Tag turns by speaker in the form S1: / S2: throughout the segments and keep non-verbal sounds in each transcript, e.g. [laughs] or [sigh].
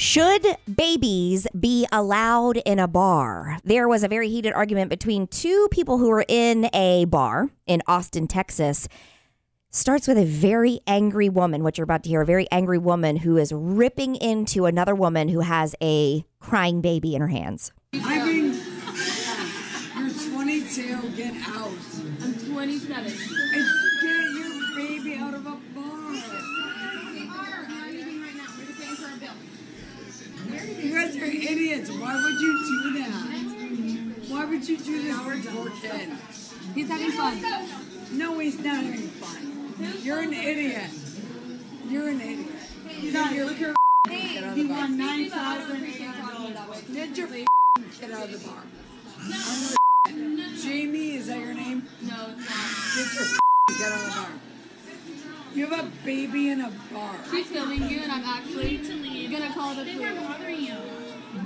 S1: Should babies be allowed in a bar? There was a very heated argument between two people who were in a bar in Austin, Texas. Starts with a very angry woman, what you're about to hear a very angry woman who is ripping into another woman who has a crying baby in her hands.
S2: I mean, you're 22. Get out.
S3: I'm 27.
S2: And get your baby out of a bar.
S3: We are not leaving right now. We're just waiting for our bill.
S2: You guys are idiots. Why would you do that? Why would you do this for poor kid?
S3: He's having fun.
S2: No, he's not having fun. You're an idiot. You're an idiot. You got your kid out of the bar.
S3: Nine thousand eight hundred dollars.
S2: Get your kid out of the bar. I'm gonna Jamie, is that your name?
S3: No, it's not.
S2: Get your get out of the bar. You have a baby in a bar.
S3: She's filming you, and I'm actually
S4: need to leave.
S3: gonna call the
S4: They
S3: police.
S4: were bothering you.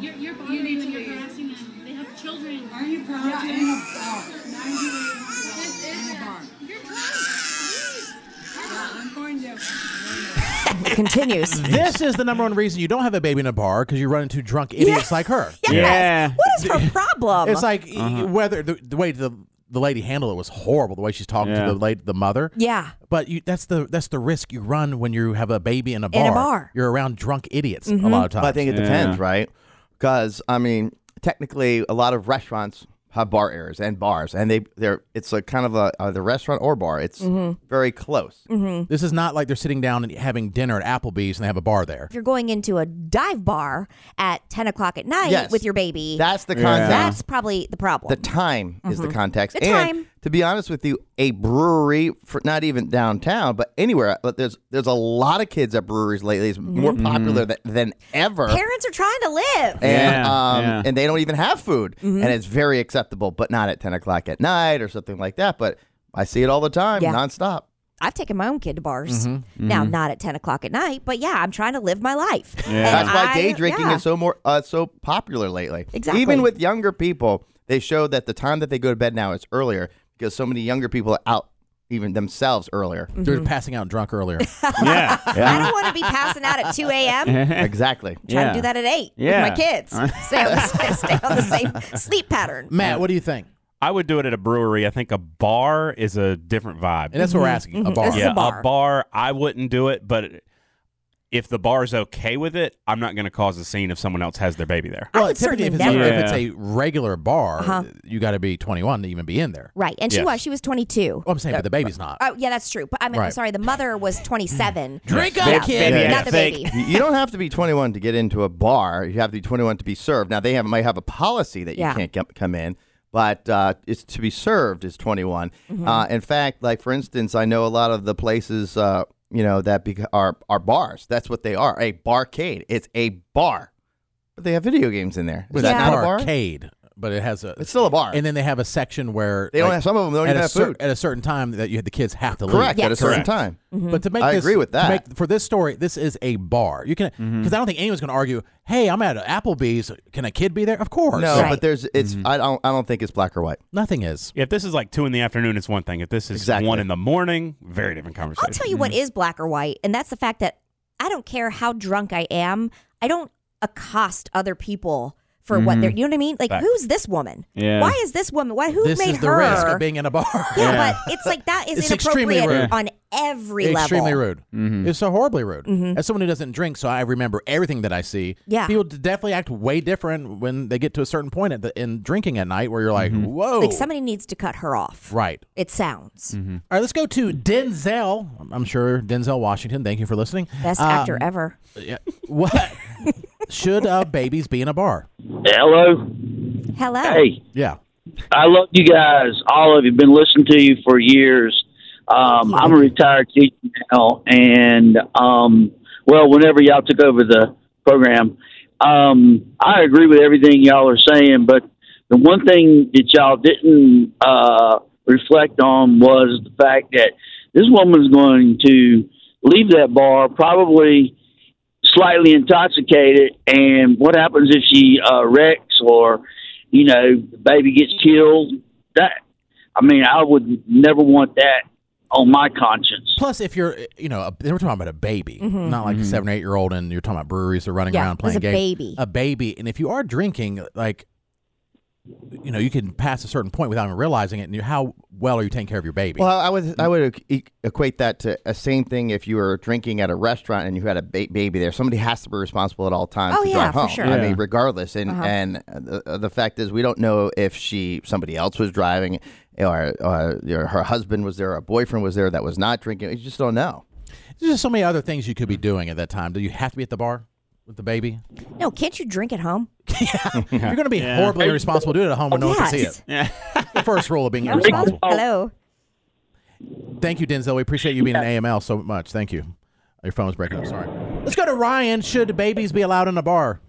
S4: You're, you're bothering
S3: need to
S4: them. You're
S3: leave.
S4: harassing them. They have children.
S2: Are you proud? Yeah, in a bar.
S3: This is
S2: In a bar.
S4: You're close.
S2: Yeah, I'm going to.
S1: Continues.
S5: This is the number one reason you don't have a baby in a bar because you run into drunk idiots like her.
S1: Yes.
S6: Yeah.
S1: What is her problem?
S5: It's like y- whether the, the way the the lady handled it was horrible. The way she's talking
S6: Yeah.
S5: to the lady, the mother.
S1: Yeah.
S5: But you, that's the that's the risk you run when you have a baby in a bar.
S1: bar.
S5: You're around drunk idiots a lot of times.
S7: But I think it depends, right? Because I mean, technically, a lot of restaurants have bar areas and bars, and they they're it's a kind of a either restaurant or bar. It's
S1: Mm-hmm.
S7: very close.
S5: this is not like they're sitting down and having dinner at Applebee's and they have a bar there.
S1: if you're going into a dive bar at 10 o'clock at night
S7: Yes.
S1: with your baby,
S7: That's the context.
S1: that's probably the problem.
S7: The time is the context.
S1: The
S7: and
S1: time.
S7: to be honest with you, a brewery for not even downtown, but anywhere. But there's there's a lot of kids at breweries lately. It's more
S1: Mm-hmm.
S7: popular than, than ever.
S1: Parents are trying to live.
S7: and
S6: Yeah,
S7: um,
S6: yeah.
S7: and they don't even have food,
S1: Mm-hmm.
S7: and it's very acceptable, but not at ten o'clock at night or something like that. But I see it all the time,
S1: Yeah.
S7: nonstop.
S1: I've taken my own kid to bars. Now, not at 10 o'clock at night, but yeah, I'm trying to live my life. And
S7: That's why day
S1: I-
S7: drinking
S1: yeah.
S7: is so more uh, so popular lately.
S1: Exactly.
S7: Even with younger people, they show that the time that they go to bed now is earlier because so many younger people are out even themselves
S6: [laughs]
S7: earlier.
S5: They're passing out drunk earlier.
S1: [laughs]
S6: Yeah.
S1: I don't want to be passing out at 2 a.m. Trying
S7: exactly.
S1: to do that at 8
S6: Yeah.
S1: with my kids. [laughs] Stay on, the, stay on the same sleep pattern.
S5: Matt, what do you think?
S8: I would do it at a brewery. I think a bar is a different vibe.
S5: And that's what we're asking. A bar.
S1: This is
S8: yeah,
S1: Mm-hmm. bar.
S8: Mm-hmm. a bar. I wouldn't do it, but if the bar's okay with it, I'm not going to cause a scene if someone else has their baby there.
S1: I
S5: Well,
S1: would
S5: typically, if
S1: certainly
S5: it's, a,
S1: never.
S5: if it's a regular bar, you got to be 21 to even be in there.
S1: Right. And she
S8: Yes.
S1: was. She was 22.
S5: Well, I'm saying, but the baby's not.
S1: Oh, yeah, that's true. But I mean, I'm
S5: Right.
S1: sorry, the mother was 27.
S5: Drink
S1: Yeah,
S5: up, kid.
S6: baby.
S1: Not the
S6: Fake.
S1: baby.
S7: You- You don't have to be 21 to get into a bar. You have to be 21 to be served. Now they have might have a policy that you
S1: Yeah.
S7: can't com- come in, but uh, it's to be served is 21.
S1: Mm-hmm.
S7: Uh, in fact, like for instance, I know a lot of the places uh, you know that bec are are bars. That's what they are. A barcade. It's a bar, but they have video games in there. Is
S5: It's
S7: that not a bar?
S5: arcade, but it has a.
S7: It's still a bar.
S5: And then they have a section where
S7: They don't have- some of them don't
S5: at
S7: even
S5: a
S7: have food.
S5: at a certain time that you the kids have to
S7: correct
S5: leave.
S7: at a certain
S8: Correct.
S7: time.
S1: Mm-hmm.
S5: But to make
S7: I
S5: this,
S7: agree with
S5: to
S7: that. Mm-hmm.
S5: make- for this story, this is a bar. You can because I don't think anyone's going to argue. Hey, I'm at Applebee's. Can a kid be there? Of course.
S7: No,
S1: Right.
S7: but there's it's
S5: Mm-hmm.
S7: I don't I don't think it's black or white.
S5: nothing is.
S8: If this is like two in the afternoon, it's one thing. If this is
S7: Exactly.
S8: one in the morning, very different
S1: I'll
S8: conversation.
S1: tell you what is black or white, and that's the fact that I don't care how drunk I am. I don't accost other people for what they're. You know what I mean? Like,
S8: Fact.
S1: who's this woman?
S6: Yeah.
S1: Why is this woman? Why who
S5: this
S1: made
S5: is the
S1: her?
S5: risk of being in a bar.
S1: [laughs] yeah, but it's like that is
S5: [laughs] It's extremely
S1: inappropriate
S5: rude.
S1: on every
S5: Extremely
S1: level. Mm-hmm.
S5: rude. It's so horribly rude. As someone who doesn't drink, so I remember everything that I see.
S1: Yeah.
S5: people d- definitely act way different when they get to a certain point at the, in drinking at night, where you're like, "Whoa!"
S1: Like somebody needs to cut her off.
S5: right.
S1: It sounds
S5: All right, let's go to Denzel. I'm- I'm sure Denzel Washington. Thank you for listening.
S1: best
S5: Um,
S1: actor ever.
S5: yeah. What [laughs] should uh, babies be in a bar?
S9: Hello.
S1: Hello.
S9: Hey,
S5: Yeah.
S9: I love you guys. All of you. Been listening to you for years. Um, I'm a retired teacher now, and um, well, whenever y'all took over the program, um, I agree with everything y'all are saying. But the one thing that y'all didn't uh, reflect on was the fact that this woman's going to leave that bar probably slightly intoxicated, and what happens if she uh, wrecks or, you know, the baby gets killed? That, I mean, I would never want that on my conscience.
S5: Plus, if you're, you know, a, they were talking about a baby, not like a seven or eight year old, and you're talking about breweries are running
S1: Mm-hmm. Yeah,
S5: around
S1: it was
S5: playing
S1: a
S5: games.
S1: baby.
S5: A baby. And if you are drinking, like, you know, you can pass a certain point without even realizing it. And you, how well are you taking care of your baby?
S7: Well, I would I would e- equate that to a same thing if you were drinking at a restaurant and you had a ba- baby there. Somebody has to be responsible at all times
S1: Oh,
S7: to
S1: yeah,
S7: drive
S1: for
S7: home.
S1: sure. Uh-huh.
S7: I
S8: Yeah.
S7: mean, regardless, and and the, the fact is, we don't know if she somebody else was driving, or, or her husband was there, or a boyfriend was there that was not drinking. You just don't know.
S5: There's just so many other things you could be doing at that time. Do you have to be at the bar with the baby?
S1: No, can't you drink at home?
S5: If you're going to be horribly irresponsible, do it at home when no one can see
S1: Yes.
S5: it. The first rule of being
S1: Hello?
S5: irresponsible.
S1: Hello.
S5: Thank you, Denzel. We appreciate you being an AML so much. Thank you. Your phone was breaking up. Sorry. Let's go to Ryan. Should babies be allowed in a bar?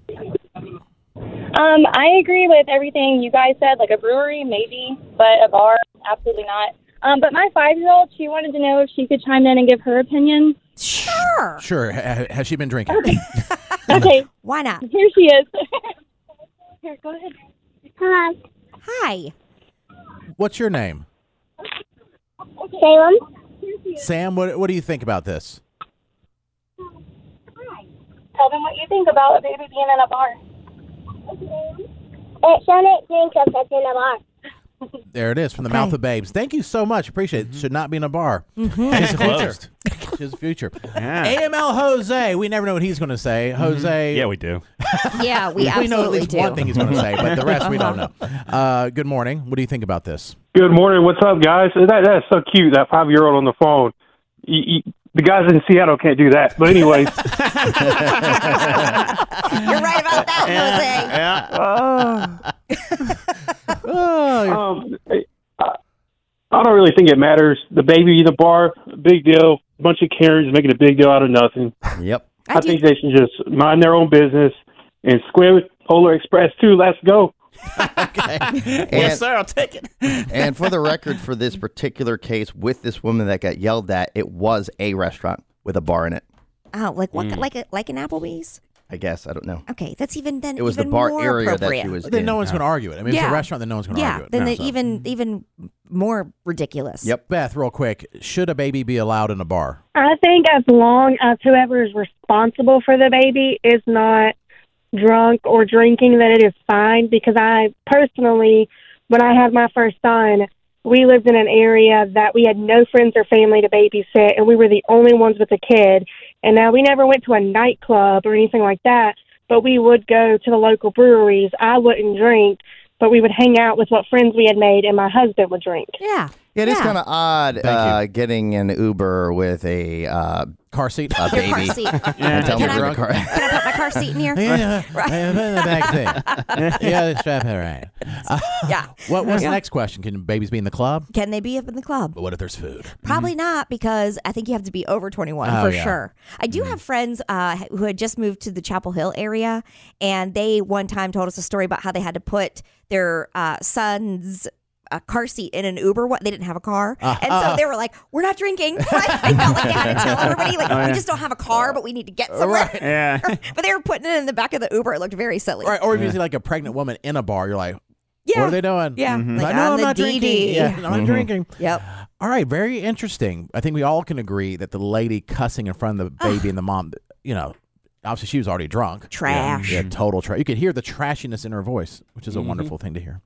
S6: Um, I agree with everything you guys said. Like a brewery, maybe, but a bar, absolutely not. Um, but my five-year-old, she wanted to know if she could chime in and give her opinion.
S1: Sure.
S5: Sure. Ha- has she been drinking?
S6: Okay,
S1: Why not?
S6: here she is. [laughs] here, go ahead.
S10: Hi,
S1: Hi.
S5: [laughs] What's your name?
S10: Salem.
S5: Sam, what, what do you think about this?
S6: Tell them what you think about a baby being in a bar.
S10: It shouldn't drink if it's in a bar.
S5: There it is from the mouth of babes. Thank you so much. Appreciate it. Should not be in a bar.
S1: Mm-hmm.
S5: It's the
S8: Mm-hmm. Closed.
S5: [laughs] future. His
S8: [laughs]
S5: future.
S8: Yeah.
S5: AML Jose. We never know what he's going to say. Jose.
S8: Mm-hmm. yeah,
S1: [laughs]
S8: we do.
S1: Yeah, we
S5: [laughs] we know at
S1: absolutely
S5: least
S1: do. Uh-huh.
S5: one thing he's going to say, but the rest we don't know. Uh, good morning. What do you think about this?
S11: Good morning. What's up, guys? That that's so cute. That five year old on the phone. You, you, the guys in Seattle can't do that. But
S9: [laughs]
S11: anyways,
S1: You're right about that, Jose. Uh,
S5: Oh,
S11: um, I, I don't really think it matters. The baby, the bar, big deal. Bunch of Karens making a big deal out of nothing.
S7: [laughs] Yep.
S11: I, think they should just mind their own business and square Polar Express too. Let's go.
S7: And-
S8: I'll take it.
S7: and for the record, for [laughs] this particular case with this woman that got yelled at, it was a restaurant with a bar in it.
S1: Oh, like what?
S7: Mm.
S1: Like a, like an Applebee's?
S7: I guess I don't know.
S1: Okay, that's even then.
S7: It was the
S1: even
S7: bar
S1: more
S7: area that
S1: appropriate.
S7: she was
S5: then
S7: in.
S5: no one's going to argue it. I mean, it's
S1: Yeah.
S5: a restaurant that no one's going to
S1: Yeah,
S5: argue it.
S1: then
S5: No,
S1: they
S5: so-
S1: even even more ridiculous.
S7: Yep.
S5: Beth, real quick, should a baby be allowed in a bar?
S6: I think as long as whoever is responsible for the baby is not drunk or drinking, that it is fine. Because I personally, when I had my first son, we lived in an area that we had no friends or family to babysit, and we were the only ones with a kid. And now we never went to a nightclub or anything like that, but we would go to the local breweries. I wouldn't drink, but we would hang out with what friends we had made, and my husband would drink.
S1: Yeah.
S7: Yeah, it is
S1: Yeah.
S7: kind of odd
S5: you.
S7: uh, getting an Uber with a, uh,
S5: Car seat?
S7: a
S1: Your [laughs] car
S7: baby.
S1: seat.
S7: And [laughs] tell
S1: Can
S7: me
S1: I-
S7: we're in a car.
S1: Can I put my car seat in
S7: [laughs]
S1: here?
S5: Yeah, yeah, put it in the back seat.
S1: [laughs]
S5: yeah, strap it right.
S1: Yeah.
S5: What, what's the next question? Can babies be in the club?
S1: Can they be up in the club?
S5: But what if there's food?
S1: Probably not because I think you have to be over 21
S5: Mm-hmm. Oh,
S1: for
S5: yeah. Mm-hmm.
S1: sure. I do have friends uh, who had just moved to the Chapel Hill area, and they one time told us a story about how they had to put their uh, son's uh, car seat in an Uber. What they didn't have a car,
S5: Ah,
S1: and so they were like, "We're not drinking." [laughs] Like, they felt like they had to
S5: [laughs]
S1: tell everybody,
S5: Oh,
S1: like, "We just don't have a car, but we need to get somewhere."
S8: Yeah.
S1: [laughs] but they were putting it in the back of the Uber. It looked very silly.
S5: Right, or if you see like a pregnant woman in a bar, you're like,
S1: Yeah.
S5: what are they doing?
S1: Yeah.
S5: She's
S1: Like,
S5: Like, no,
S1: I'm
S5: I'm,
S1: the
S5: not
S1: DD.
S5: drinking. Yeah, I'm not drinking.
S1: [laughs] Yep.
S5: All right, very interesting. I think we all can agree that the lady cussing in front of the baby and the mom, you know, obviously she was already drunk.
S1: Trash. Mm-hmm.
S5: Yeah, total trash. You could hear the trashiness in her voice, which is a wonderful thing to hear.